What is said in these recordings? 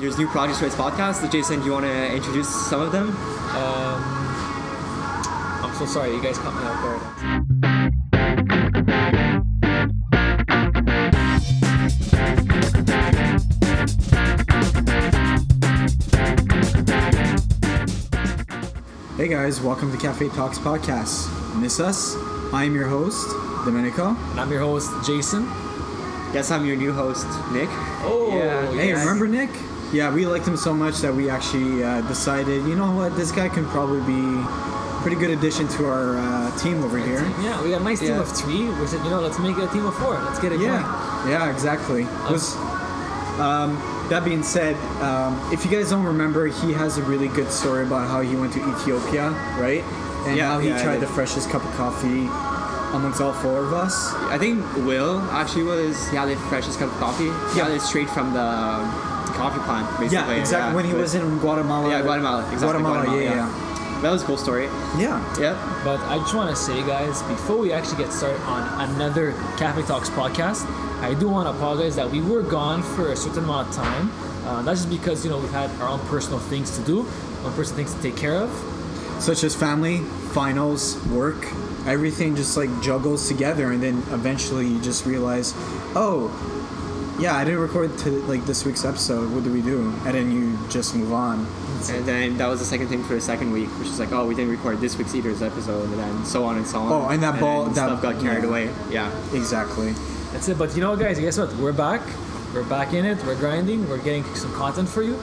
there's new projects for his podcast. Jason, do you want to introduce some of them? Um, I'm so sorry, you guys caught me off guard. Hey guys, welcome to Cafe Talks Podcast. Miss us? I'm your host, Domenico. And I'm your host, Jason. Yes, I'm your new host, Nick. Oh, Yeah. Hey, Yes. remember Nick? Yeah, we liked him so much that we actually uh, decided, you know what, this guy can probably be a pretty good addition to our uh, team over here. Yeah, we got a nice team Yeah. of three. We said, you know, let's make it a team of four. Let's get it going. Yeah, yeah, exactly. Was, um, that being said, um, if you guys don't remember, he has a really good story about how he went to Ethiopia, right? And Yeah, how he yeah, I tried did. the freshest cup of coffee amongst all four of us. I think Will actually was yeah the freshest cup of coffee. Yeah, Yeah. it's straight from the um, coffee plant. Basically. Yeah, exactly. When he But- was in Guatemala. yeah Guatemala. Exactly. Guatemala, yeah, That was a cool story. yeah, yeah. Yep. But I just want to say, guys, before we actually get started on another Cafe Talks podcast, I do want to apologize that we were gone for a certain amount of time. Uh, that's just because, you know, we've had our own personal things to do, our own personal things to take care of. Such as family, finals, work, everything just like juggles together, and then eventually you just realize, oh, yeah, I didn't record to like this week's episode. What do we do? And then you just move on. And then that was the second thing for the second week, which is like, oh, we didn't record this week's Eaters episode, and then so on and so on. Oh, and that ball- then that- stuff got carried yeah. away. Yeah. Exactly. That's it. But you know, what, guys, guess what? We're back. We're back in it. We're grinding. We're getting some content for you.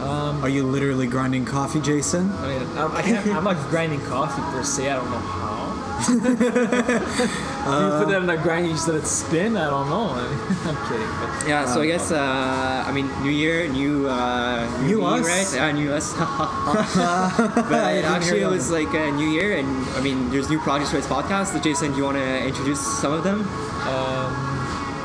Um, Are you literally grinding coffee, Jason? I mean, I'm, Um, I can't, I'm not grinding coffee per se. I don't know how. you put that in a grind, you just let it spin. I don't know. I mean, I'm kidding. But Yeah, so I guess uh, I mean, new year, new uh, New me, us. right? Yeah, new us. but didn't hear actually, it that was like a new year, and I mean, there's new projects for his podcast. Jason, do you want to introduce some of them? um,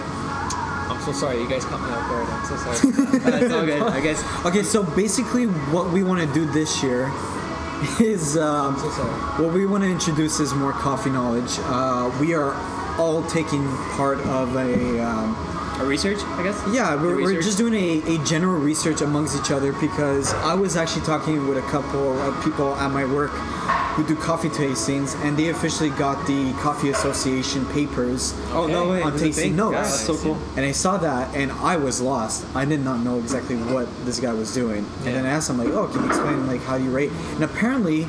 I'm so sorry. You guys caught me off guard. I'm so sorry. Uh, it's all good, I guess. Okay, so basically, what we want to do this year is um, I'm so sorry. What we want to introduce is more coffee knowledge. Uh, we are all taking part of a um, A uh, research, I guess. yeah. We're, The we're research. just doing a, a general research amongst each other because I was actually talking with a couple of people at my work who do coffee tastings, and they officially got the Coffee Association papers. Oh no way! On there's a tasting thing? notes. Yeah, that's so cool. And I saw that, and I was lost. I did not know exactly what this guy was doing. And then I asked him, like, "Oh, can you explain like how you rate?" And apparently,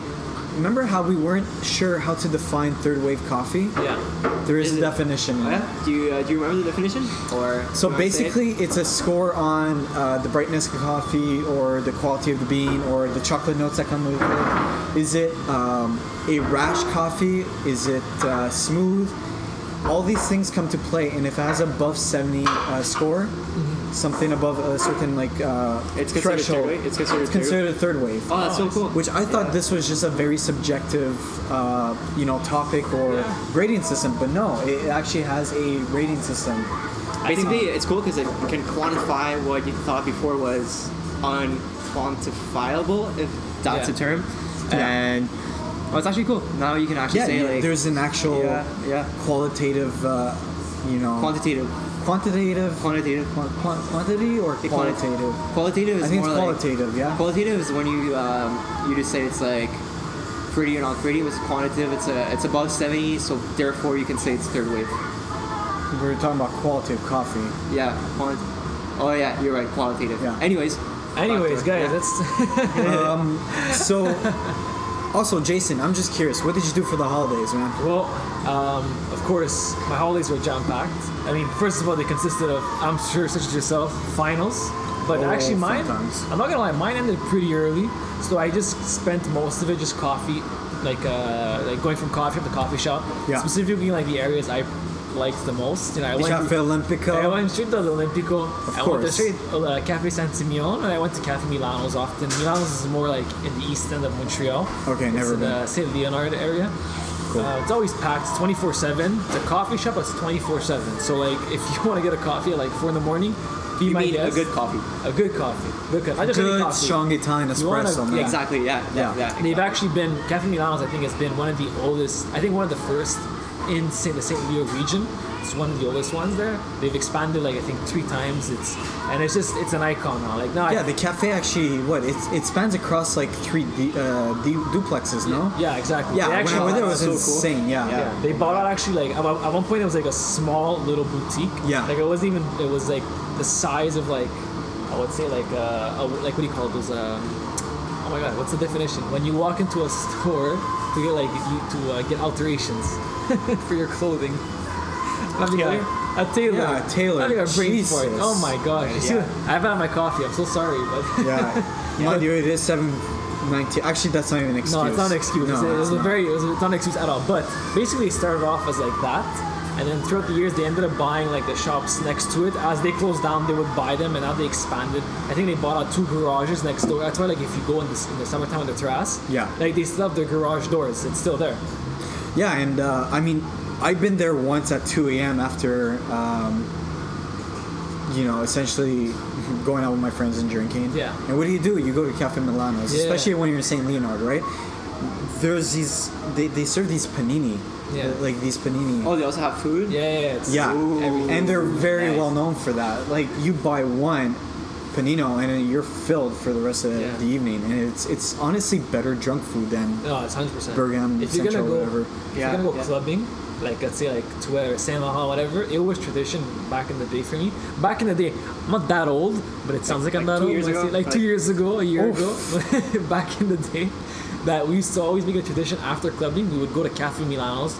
remember how we weren't sure how to define third wave coffee? Yeah. There is, Is a it- definition. in Oh, it. yeah. Do you uh, do you remember the definition or? you So wanna say it? basically, it's a score on uh, the brightness of coffee, or the quality of the bean, or the chocolate notes that come with it. Is it um, a rash coffee? Is it uh, smooth? All these things come to play, and if it has above 70 uh, score, something above a certain like uh, Mm-hmm. It's considered third threshold, wave? It's considered it's third- considered a third wave. Oh, that's so cool. Which I thought this was just a very subjective, uh, you know, topic or grading system, but no, it actually has a rating system. Basically, it's cool because it can quantify what you thought before was unquantifiable, if that's Yeah. a term. Yeah. And oh, it's actually cool. Now you can actually yeah, say yeah, like there's an actual yeah, yeah, qualitative, uh, you know, quantitative, quantitative, quantitative, quan- quan- quantity or Quanti- qualitative. Qualitative is I think more it's like- qualitative, yeah. qualitative is when you um, you just say it's like pretty or not pretty. It's quantitative. It's a it's above seventy, so therefore you can say it's third wave. we were talking about qualitative coffee. Yeah, quant- Oh yeah, you're right. Qualitative. Yeah. Anyways. Anyways, back to it. guys, Yeah. that's um, so, also, Jason, I'm just curious, what did you do for the holidays, man? Well, um, of course, my holidays were jam packed. I mean, first of all, they consisted of, I'm sure, such as yourself, finals. But Oh, actually, mine, sometimes. I'm not gonna lie, mine ended pretty early. So I just spent most of it just coffee, like uh, like going from coffee shop to coffee shop. Yeah. Specifically, like the areas I liked the most. You know, I You went, got the I Olympico. went straight to the Olympico. Of I went to course. straight uh, Cafe San Simeon, and I went to Cafe Milano's often. Milano's is more like in the east end of Montreal. Okay, It's never in been. the Saint Leonard area. Uh, it's always packed, 24 7. It's a coffee shop that's 24 7. So, like, if you want to get a coffee at like 4 in the morning, be You my mean a guest. good coffee. a good coffee. Good coffee. Not just any Good, coffee. strong Italian You wanna- espresso, man. yeah. Exactly. Yeah. Yeah. Yeah. They've actually been, Cafe Milano's, I think, has been one of the oldest, I think one of the first in St- the St. Leo region. It's one of the oldest ones there. They've expanded like I think three times. It's and it's just it's an icon now. Like now, Yeah, I, the cafe actually what it, it spans across like three du- uh, du- duplexes, no? yeah, exactly. Yeah, They when I actually went there, it bought- was so cool. insane. Yeah. Yeah. Yeah, they bought out actually like at one at one point it was like a small little boutique. Yeah. like it wasn't even it was like the size of like I would say like uh a, like what do you call those um oh my god what's the definition when you walk into a store to get like you, to uh, get alterations for your clothing. Not Yeah. together? A tailor. Yeah, a tailor. I think I brain for it. Jesus. Oh my gosh. You see Yeah. that? I haven't had my coffee. I'm so sorry, but Yeah. Mind you, it is seven nineteen. Actually, that's not even an excuse. No, it's not an excuse. No, It's- it it's was a not. very, it was not an excuse at all. But basically, it started off as like that, and then throughout the years, they ended up buying like the shops next to it. As they closed down, they would buy them, and now they expanded. I think they bought out two garages next door. That's why, like, if you go in the, in the summertime on the terrace, Yeah. like they still have their garage doors. It's still there. Yeah, and uh, I mean, I've been there once at 2 a.m. after, um, you know, essentially going out with my friends and drinking. Yeah. And what do you do? You go to Cafe Milano's, Yeah. especially when you're in St. Leonard, right? There's these, they, they serve these panini. Yeah. Like these panini. Oh, they also have food. Ah. Yeah, yeah, yeah. It's, yeah. Ooh, and they're very nice. well known for that. Like, you buy one panino and then you're filled for the rest of Yeah. the evening. And it's, it's honestly better junk food than No, it's hundred percent. Bergam, If you're gonna Central, go, whatever. if Yeah, you're gonna go yeah. clubbing, like let's say like to whatever Saint Laurent, whatever, it was tradition back in the day for me. Back in the day, I'm not that old, but it sounds like, I'm like that two old. years when I say- ago? like two Like- years ago, a year ago, back in the day, that we used to always make a tradition after clubbing. We would go to Cafe Milano's,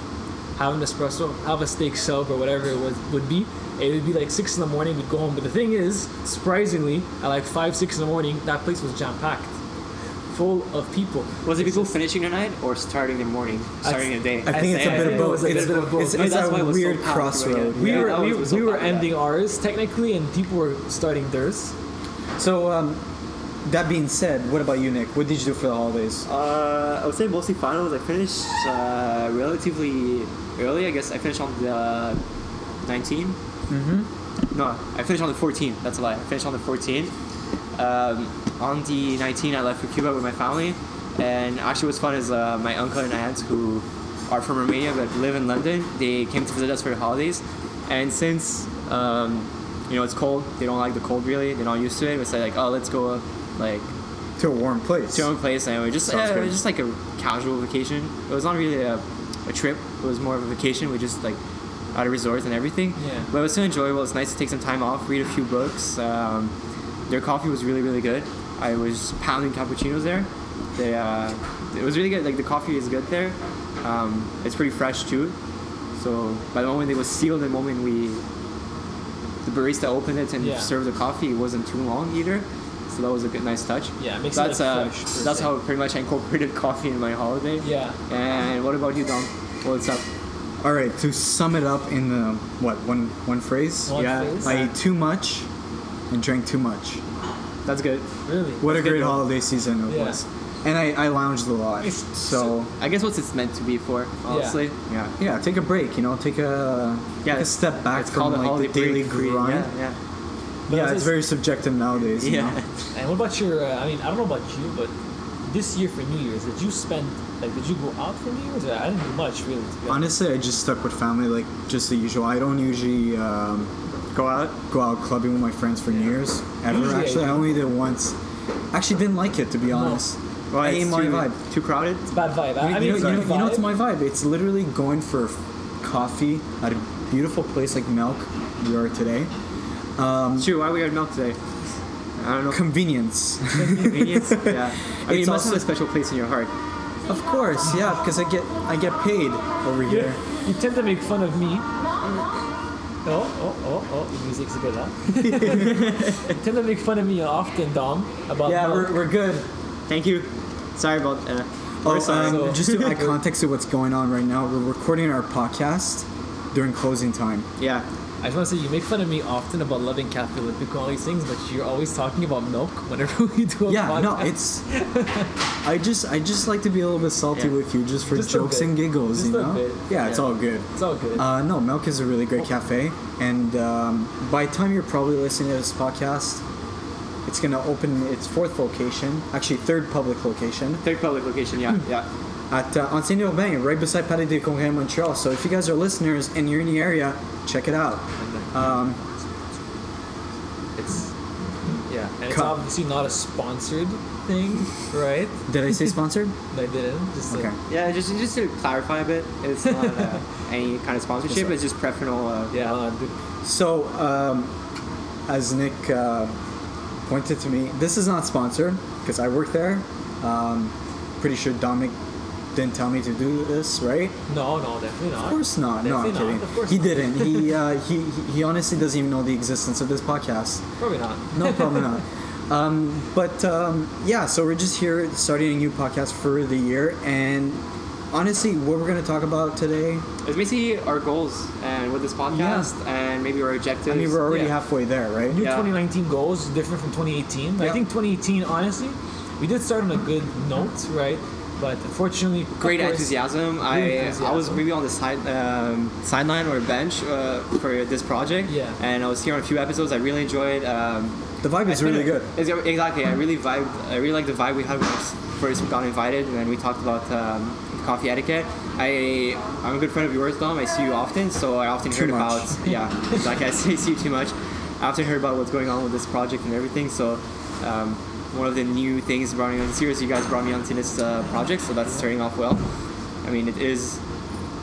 have an espresso, have a steak sub or whatever it was would be. It would be like six in the morning. We'd go home. But the thing is, surprisingly, at like five, six in the morning, that place was jam packed, full of people. Was it people finishing their night or starting their morning, starting their day? I think it's a I think bit of it both. was a It's, bit of both. it's, Maybe it's that's why a it was so weird packed, crossroad. right? We Yeah, were that we, was- was we so were bad, yeah. ending ours technically, and people were starting theirs. So, um, that being said, what about you, Nick? What did you do for the holidays? Uh, I would say mostly finals. I finished uh, relatively early. I guess I finished on the 19. Mm-hmm. No, I finished on the 14. That's a lie. I finished on the 14. Um, on the 19, I left for Cuba with my family. And actually, what's fun is uh, my uncle and aunt, who are from Romania but live in London, they came to visit us for the holidays. And since um, you know it's cold, they don't like the cold really. They're not used to it. We said like, oh, let's go like To a warm place. to our own place and we just yeah, Sounds it good. was just like a casual vacation. It was not really a, a trip. It was more of a vacation. We just like at a resort and everything. Yeah. But it was still enjoyable. It's nice to take some time off, read a few books. Um, their coffee was really really good. I was pounding cappuccinos there. They uh, it was really good. Like the coffee is good there. Um, it's pretty fresh too. So by the moment it was sealed, the moment we the barista opened it and Yeah. served the coffee, it wasn't too long either. So that was a good nice touch. Yeah, it makes it, that's like, uh, fresh, per that's se. how pretty much I incorporated coffee in my holiday. Yeah. And what about you, Dom? What's up? All right. To sum it up in the what one one phrase? One Yeah, phase. I ate too much and drank too much. That's good. really. What a That's great good. holiday season it Yeah. was. And I, I lounged a lot. It's- So I guess what's it's meant to be for, honestly. yeah, yeah. Take a break. You know, take a Yeah, take a it's- step back It's called from a like the holiday daily break free. grind. Yeah, But Yeah, I was it's gonna very subjective nowadays. yeah. you yeah. know? s- And what about your? Uh, I mean, I don't know about you, but this year for New Year's, did you spend like did you go out for New Year's? I didn't do much really. To be honest. Honestly, I just stuck with family, like just the usual. I don't usually um, go out go out clubbing with my friends for New Year's ever. Usually I actually, I, do. only did it once. Actually, didn't like it to be honest. Well, I it's ain't my too, vibe. Too crowded. It's bad vibe. I, You, I mean, you know, it's you, good know, you know vibe. what's my vibe? It's literally going for f- coffee at a beautiful place like Milk, we are today. Um, True. Why we had milk today? I don't know. convenience. Convenience. yeah. I mean, It's it must also- have a special place in your heart. of course, yeah, because I get I get paid over here. Yeah. You tend to make fun of me. Oh, oh, oh, oh, the music's a bit loud. you tend to make fun of me often, Dom, about Yeah, milk. we're, we're good. Thank you. Sorry about. Uh, Oh, we're sorry. um, So- just to add context to what's going on right now, we're recording our podcast during closing time. yeah. I just want to say you make fun of me often about loving Cafe Olympic and all these things, but you're always talking about milk whenever we do a Yeah, Oh, podcast. no, it's. I just, I just like to be a little bit salty Yeah. with you, just for Just a jokes bit. and giggles, Just you a know. bit. Yeah, it's Yeah. Oh. all good. it's all good. Uh, no, Milk is a really great cafe, and um, by the time you're probably listening to this podcast, it's gonna open its fourth location, actually third public location. Third public location. Yeah. Yeah. at uh, on Saint Urbain, right beside Palais des Congrès in Montreal. So if you guys are listeners and you're in the area, check it out. Um, It's Yeah, and it's Cup. obviously not a sponsored thing, right? did I say sponsored? They didn't. Just Okay. Like, yeah. Just just to clarify a bit, it's not uh, any kind of sponsorship. Just- It's just preferential. Uh, yeah, uh, dude, So, um, as Nick uh, pointed to me, this is not sponsored because I work there. Um, pretty sure Dominic didn't tell me to do this, right? no, no, definitely not. Of course not. No, I'm Definitely not. kidding. Of course he not. didn't. He, uh, he he- he honestly doesn't even know the existence of this podcast. Probably not. No, probably not. Um, but um, yeah, so we're just here starting a new podcast for the year, and honestly, what we're going to talk about today, it's basically our goals and with this podcast and maybe our objectives. I mean, we're already yeah. halfway there, right? New Yeah. 2019 goals different from 2018. I Yeah. think 2018, honestly, we did start on a good note, right? But unfortunately, of great course- enthusiasm. I Great I was enthusiasm. maybe on the side um, sideline or bench uh, for this project. Yeah. And I was here on a few episodes. I really enjoyed. Um, The vibe I is spent really a- good. it's- exactly. I really vibe. I really like the vibe we had when we s- first got invited, and then we talked about um, coffee etiquette. I I'm a good friend of yours, Dom. I see you often, so I often Too heard much. about yeah. Like I see see you too much. I often heard about what's going on with this project and everything. So. Um, one of the new things brought me on series, you guys brought me onto this uh, project, so that's starting off well. I mean, it is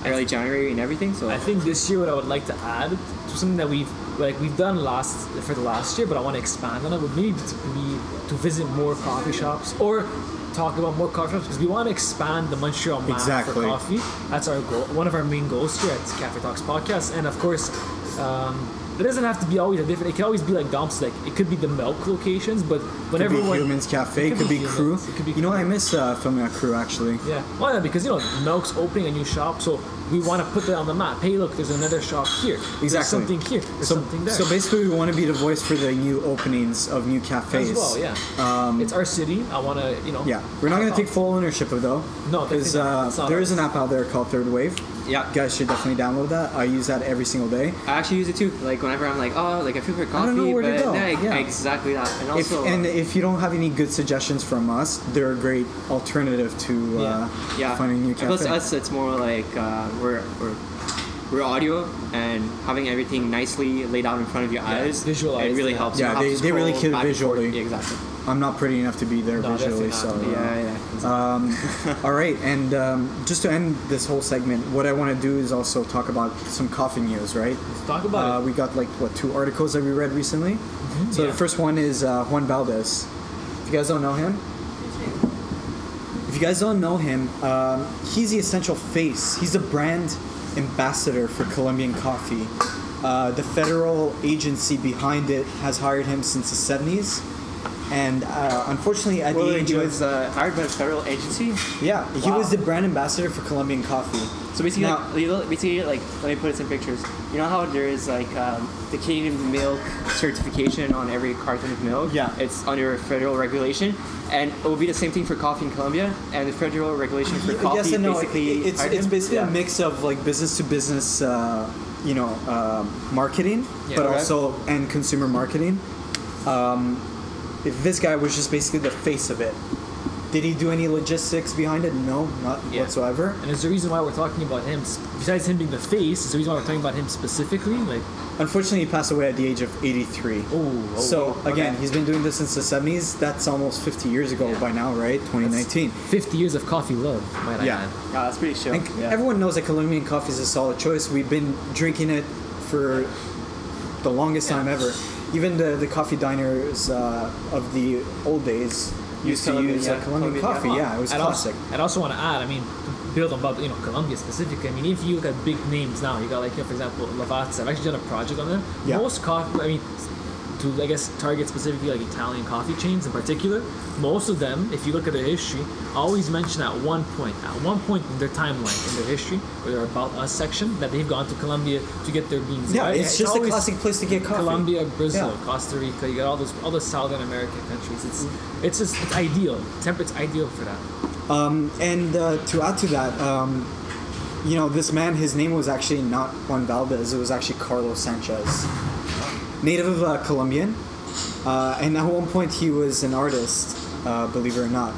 early January and everything, so I think this year, what I would like to add to something that we've like we've done last for the last year, but I want to expand on it. Would maybe to be to visit more coffee shops or talk about more coffee shops because we want to expand the Montreal map for Exactly. coffee. That's our goal. One of our main goals here at Cafe Talks Podcast, and of course. Um, it doesn't have to be always a different. It can always be like Dom said, like it could be the milk locations, but Could whenever be one- humans cafe. it Could, be, humans, crew. it could be you know, I miss uh, filming a crew actually. yeah. Well, yeah, because you know, Melk's opening a new shop, so we want to put that on the map. Hey, look, there's another shop here. There's Exactly. something here. There's so, something there. so basically, we want to be the voice for the new openings of new as cafes. well, yeah. it's our city. I want to, you know. Um, Yeah, we're not going to help take out. full ownership of though. No, because definitely not. uh, It's not there ours. is an app out there called Third Wave. yeah. You guys should definitely download that. I use that every single day. I actually use it too. Like whenever I'm like, oh, like I feel for coffee, don't know where to but go. yeah, Yeah. exactly that. And If, uh, also, and if you don't have any good suggestions from us, they're a great alternative to uh, yeah. finding new And Plus, cafe. us, it's more like uh, we're, we're we're audio and having everything nicely laid out in front of your eyes. visualized, It really yeah. helps. You Yeah, don't have they- to they really scroll kill back and forth. visually. Yeah, exactly. I'm not pretty enough to be there No, visually, so definitely uh, Yeah, yeah. Um, all right, and um, just to end this whole segment, what I want to do is also talk about some coffee news, right? Talk about Mm-hmm. uh, We got like what two articles that we read recently. So Yeah. the first one is uh, Juan Valdez. If you guys don't know him, if you guys don't know him, um, he's the essential face. He's the brand ambassador for Colombian coffee. Uh, the federal agency behind it has hired him since the 70s, and uh, unfortunately, at Well, the age he of was uh, hired by a federal agency. yeah, he Wow. was the brand ambassador for Colombian coffee. So basically, Now- like, you know, basically, like, let me put it in pictures. You know how there is like um, the Canadian milk certification on every carton of milk. Yeah. It's under federal regulation, and it will be the same thing for coffee in Colombia. And the federal regulation for coffee yes and no. basically It- it's hired it's him. basically a Yeah. mix of like business to business, uh, you know, uh, marketing, but Okay. also and consumer marketing. Um, if this guy was just basically the face of it. Did he do any logistics behind it? No, not Yeah. whatsoever. it, and there's a reason why we're talking about him. s- Besides him being the face, there's a reason why we're talking about him specifically. Like, Unfortunately, he passed away at the age of 83. oh, oh, so again, okay. he's been doing this since the 70s. That's almost 50 years ago by now, right? 2019. 50 years of coffee love, might I Yeah. add. Yeah, that's pretty chill. And yeah. everyone knows that Colombian coffee is a solid choice. We've been drinking it for the longest time ever. Even the, the coffee diners uh, of the old days used to Colombian, use yeah, uh, Colombian, Colombian coffee. coffee. Yeah, it was I'd classic. Also, I'd also want to add, I mean, to build on Bob, you know, Colombia specifically. I mean, if you look at big names now, you got like, you know, for example, Lavazza. I've actually done a project on them. Yeah. Most coffee, I mean, to I guess target specifically like Italian coffee chains in particular, most of them, if you look at their history, always mention at one point, at one point in their timeline in their history or their about us section that they've gone to Colombia to get their beans. Yeah, Right? it's just a always- classic place to get coffee. Colombia, Brazil, Yeah. Costa Rica, you got all those all the Southern American countries. It's it's just it's ideal. Temperate's ideal for that. Um, and uh, to add to that, um, you know, this man, his name was actually not Juan Valdez, it was actually Carlos Sanchez. Native of uh, Colombian. Uh, and at one point, he was an artist, uh, believe it or not.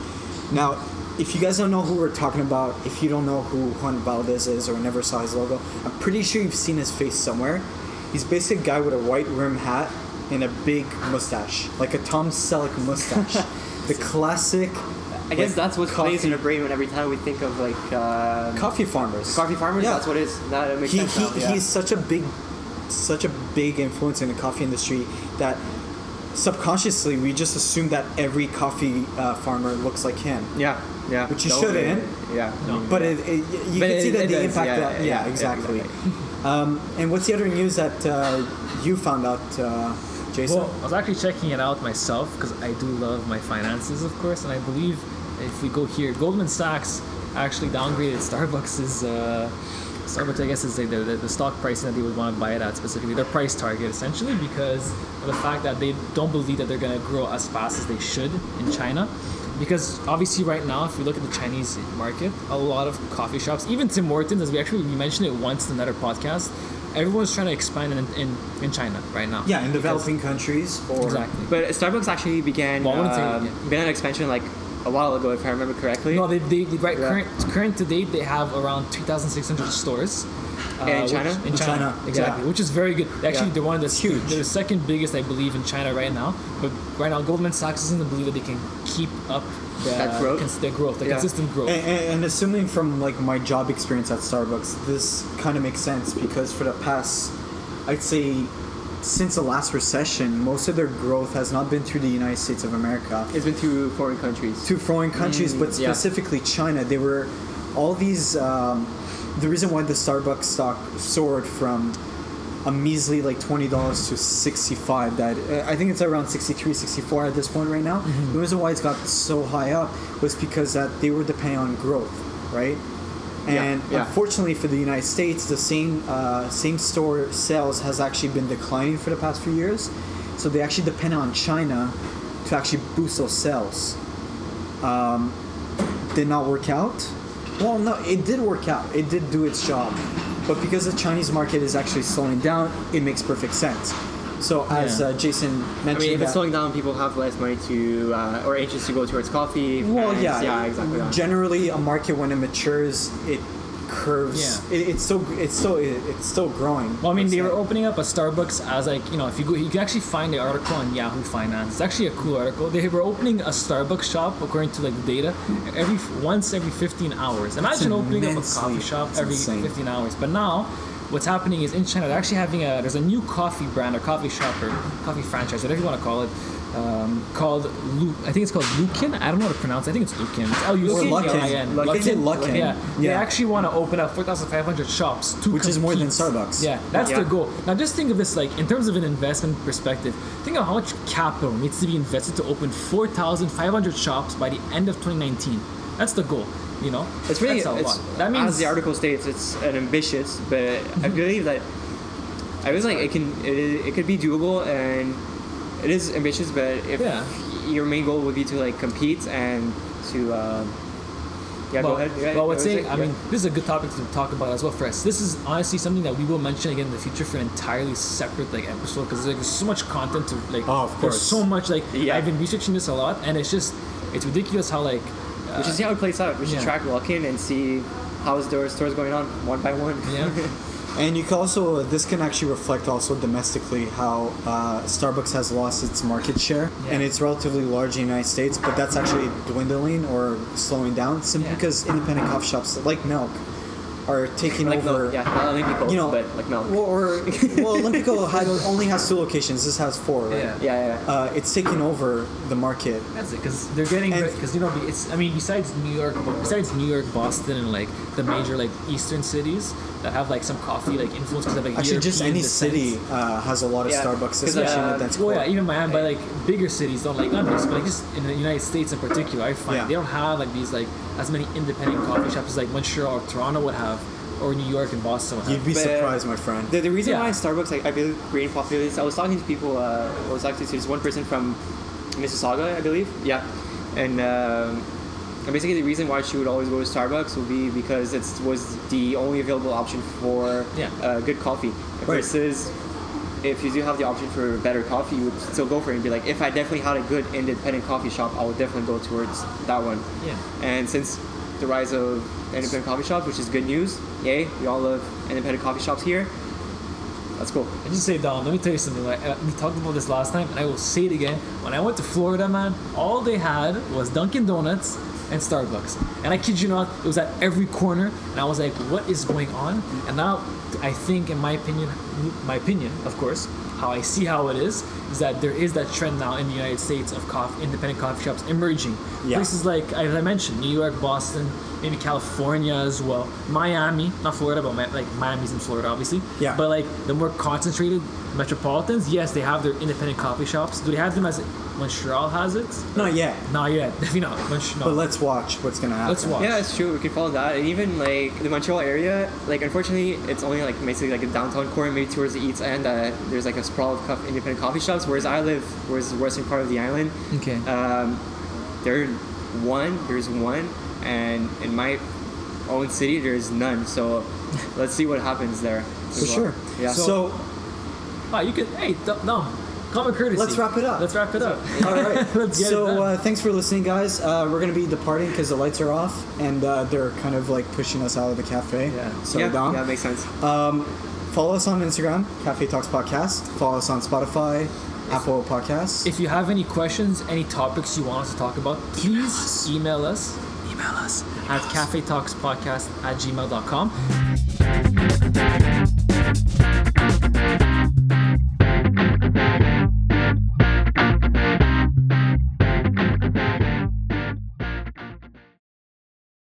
Now, if you guys don't know who we're talking about, if you don't know who Juan Valdez is or never saw his logo, I'm pretty sure you've seen his face somewhere. He's basically a guy with a white rim hat and a big mustache, like a Tom Selleck mustache, the classic. I guess like, that's what coffee, plays in our brain when every time we think of like um, coffee farmers. coffee farmers. Yeah. That's what it is. That it makes he, sense. he, now, yeah. he's such a big such a big influence in the coffee industry that subconsciously we just assume that every coffee uh, farmer looks like him Yeah, yeah. Which you That would be- shouldn't. Yeah. No. but it, it, you But can it- see that it the does, impact yeah, that yeah, yeah, yeah, exactly um, and what's the other news that uh, you found out uh, jason Well, I was actually checking it out myself because I do love my finances, of course, and I believe if we go here, Goldman Sachs actually downgraded Starbucks' uh, Starbucks. I guess is like the, the, the stock pricing that they would want to buy it at specifically their price target, essentially because of the fact that they don't believe that they're going to grow as fast as they should in China. Because obviously, right now, if we look at the Chinese market, a lot of coffee shops, even Tim Hortons, as we actually we mentioned it once in another podcast, everyone's trying to expand in, in, in China right now. yeah in Because- developing countries or Exactly. But Starbucks actually began Well, I wouldn't say- um, yeah. began an expansion like a while ago, if I remember correctly. No, they, they, they right Yeah. current current to date they have around two thousand six hundred stores. uh, In which- China? in In China, China, exactly, yeah. which is very good. Actually, Yeah. they're one of the Huge. They're the second biggest, I believe, in China right now. But right now, Goldman Sachs doesn't believe that they can keep up the That growth? cons- their growth, the Yeah. consistent growth. And, and, and assuming from like my job experience at Starbucks, this kind of makes sense because for the past, I'd say, since the last recession, most of their growth has not been through the United States of America, it's been through foreign countries. to foreign countries, but Mm, yeah. specifically China. They were all these. Um, the reason why the Starbucks stock soared from a measly like twenty dollars to sixty five. That uh, I think it's around 63 64 at this point right now. Mm-hmm. The reason why it's got so high up was because that they were depending on growth, right? Yeah, And yeah. unfortunately for the United States, the same uh, same store sales has actually been declining for the past few years. So they actually depend on China to actually boost those sales did not work out. Well, no, it did work out. It did do its job. But because the Chinese market is actually slowing down, it makes perfect sense. So as Yeah. uh, Jason I mentioned, mean, if that, it's slowing down, people have less money to uh, or anxious to go towards coffee. well, and- yeah, yeah, exactly. yeah. Generally, a market when it matures, it curves. Yeah. It, it's so it's so it's still growing. Well, I mean, per they se. were opening up a Starbucks as like you know, if you go, you can actually find the article on Yahoo Finance. It's actually a cool article. They were opening a Starbucks shop according to like the data every once every 15 hours. Imagine opening up a immensely- coffee shop it's every insane. 15 hours. But now, what's happening is in China they're actually having a there's a new coffee brand or coffee shop or coffee franchise whatever you want to call it. Um, called Lu- I think it's called Lukin. I don't know how to pronounce. it. I think it's Lukin. It's L-U-C-K-I-N. Luckin. Is it Luckin? Yeah. They Yeah. actually want to open up 4,500 shops to Which is more than compete. Starbucks. Yeah, that's Yeah. their goal. Now, just think of this like in terms of an investment perspective. Think of how much capital needs to be invested to open 4,500 shops by the end of 2019. That's the goal. You know, It's really that's a it's, lot. That means as the article states, it's an ambitious, but I believe that I was like it can it, i- it could be doable and it is ambitious, but if Yeah. your main goal would be to like compete and to um, yeah, well, go ahead. Yeah, well, what's that was it? I Yeah. mean, this is a good topic to talk about as well for us. This is honestly something that we will mention again in the future for an entirely separate like episode because there's like, so much content to like. Oh, of There's course. so much like Yeah. I've been researching this a lot, and it's just it's ridiculous how like. we should see how it plays out. We should yeah. track walk-in and see how is the store's going on one by one. Yeah. And you can also this can actually reflect also domestically how uh, Starbucks has lost its market share Yeah. and it's relatively large in the United States, but that's actually dwindling or slowing down simply Yeah. because independent coffee shops like Milk are taking like over. milk, yeah, not Olympico, You know, but like milk. Well, or, well, Olympico has, only has two locations. This has four, right? Yeah. yeah, yeah. Uh, it's taking over the market. That's it, because they're getting And- because you know it's. I mean, besides New York, besides New York, Boston, and like the major like eastern cities that have like some coffee like influence because of like Actually, just European any descent. city uh, has a lot of Yeah. Starbucks, 'Cause, especially uh, in that's Well, yeah, even Miami, but like bigger cities don't like London, but like just in the United States in particular, I find Yeah. they don't have like these like as many independent coffee shops as like Montreal or Toronto would have, or New York and Boston would You'd have. be But- surprised, my friend. The, the reason Yeah. why Starbucks, like, I believe, created popularity is I was talking to people, uh, I was talking to this one person from Mississauga, I believe. Yeah. And, um, and basically, the reason why she would always go to Starbucks would be because it was the only available option for Yeah. uh, good coffee versus if you do have the option for better coffee, you would still go for it and be like, if I definitely had a good independent coffee shop, I would definitely go towards that one. Yeah. And since the rise of independent coffee shops, which is good news, yay, we all love independent coffee shops here. That's cool. I just say, Dom, let me tell you something. Like uh, we talked about this last time, and I will say it again. When I went to Florida, man, all they had was Dunkin' Donuts and Starbucks, and I kid you not, it was at every corner. And I was like, what is going on? And now, I think, in my opinion, my opinion, of course, how I see how it is, is that there is that trend now in the United States of coffee, independent coffee shops emerging. Yeah. Places like, as I mentioned, New York, Boston, maybe California as well, Miami, not Florida, but Mi- like Miami's in Florida, obviously. Yeah. But like the more concentrated metropolitans, yes, they have their independent coffee shops. Do they have them as Montreal has it? Not yet, Not yet. Definitely not. Montreal. but let's watch what's gonna happen. Let's watch. Yeah, it's true. We can follow that, and even like the Montreal area, like unfortunately, it's only like basically like a downtown corner, maybe towards the east end. Uh, there's like a sprawl of co- independent coffee shops. Whereas I live, whereas the western part of the island, Okay. uh, um, there one, there's one, and in my own city, there's none. So let's see what happens there. For sure. Yeah. So, Wow, Ah, you could. Hey, d- no. Common courtesy. Let's wrap it up. Let's wrap it up. all right. Let's get it done. so uh, thanks for listening, guys. Uh, we're gonna be departing because the lights are off and uh, they're kind of like pushing us out of the cafe. Yeah. So yeah, Dom, yeah, makes sense. Um, follow us on Instagram, Cafe Talks Podcast. Follow us on Spotify, Apple Podcasts. If you have any questions, any topics you want us to talk about, please email us email us at cafetalkspodcast at gmail.com.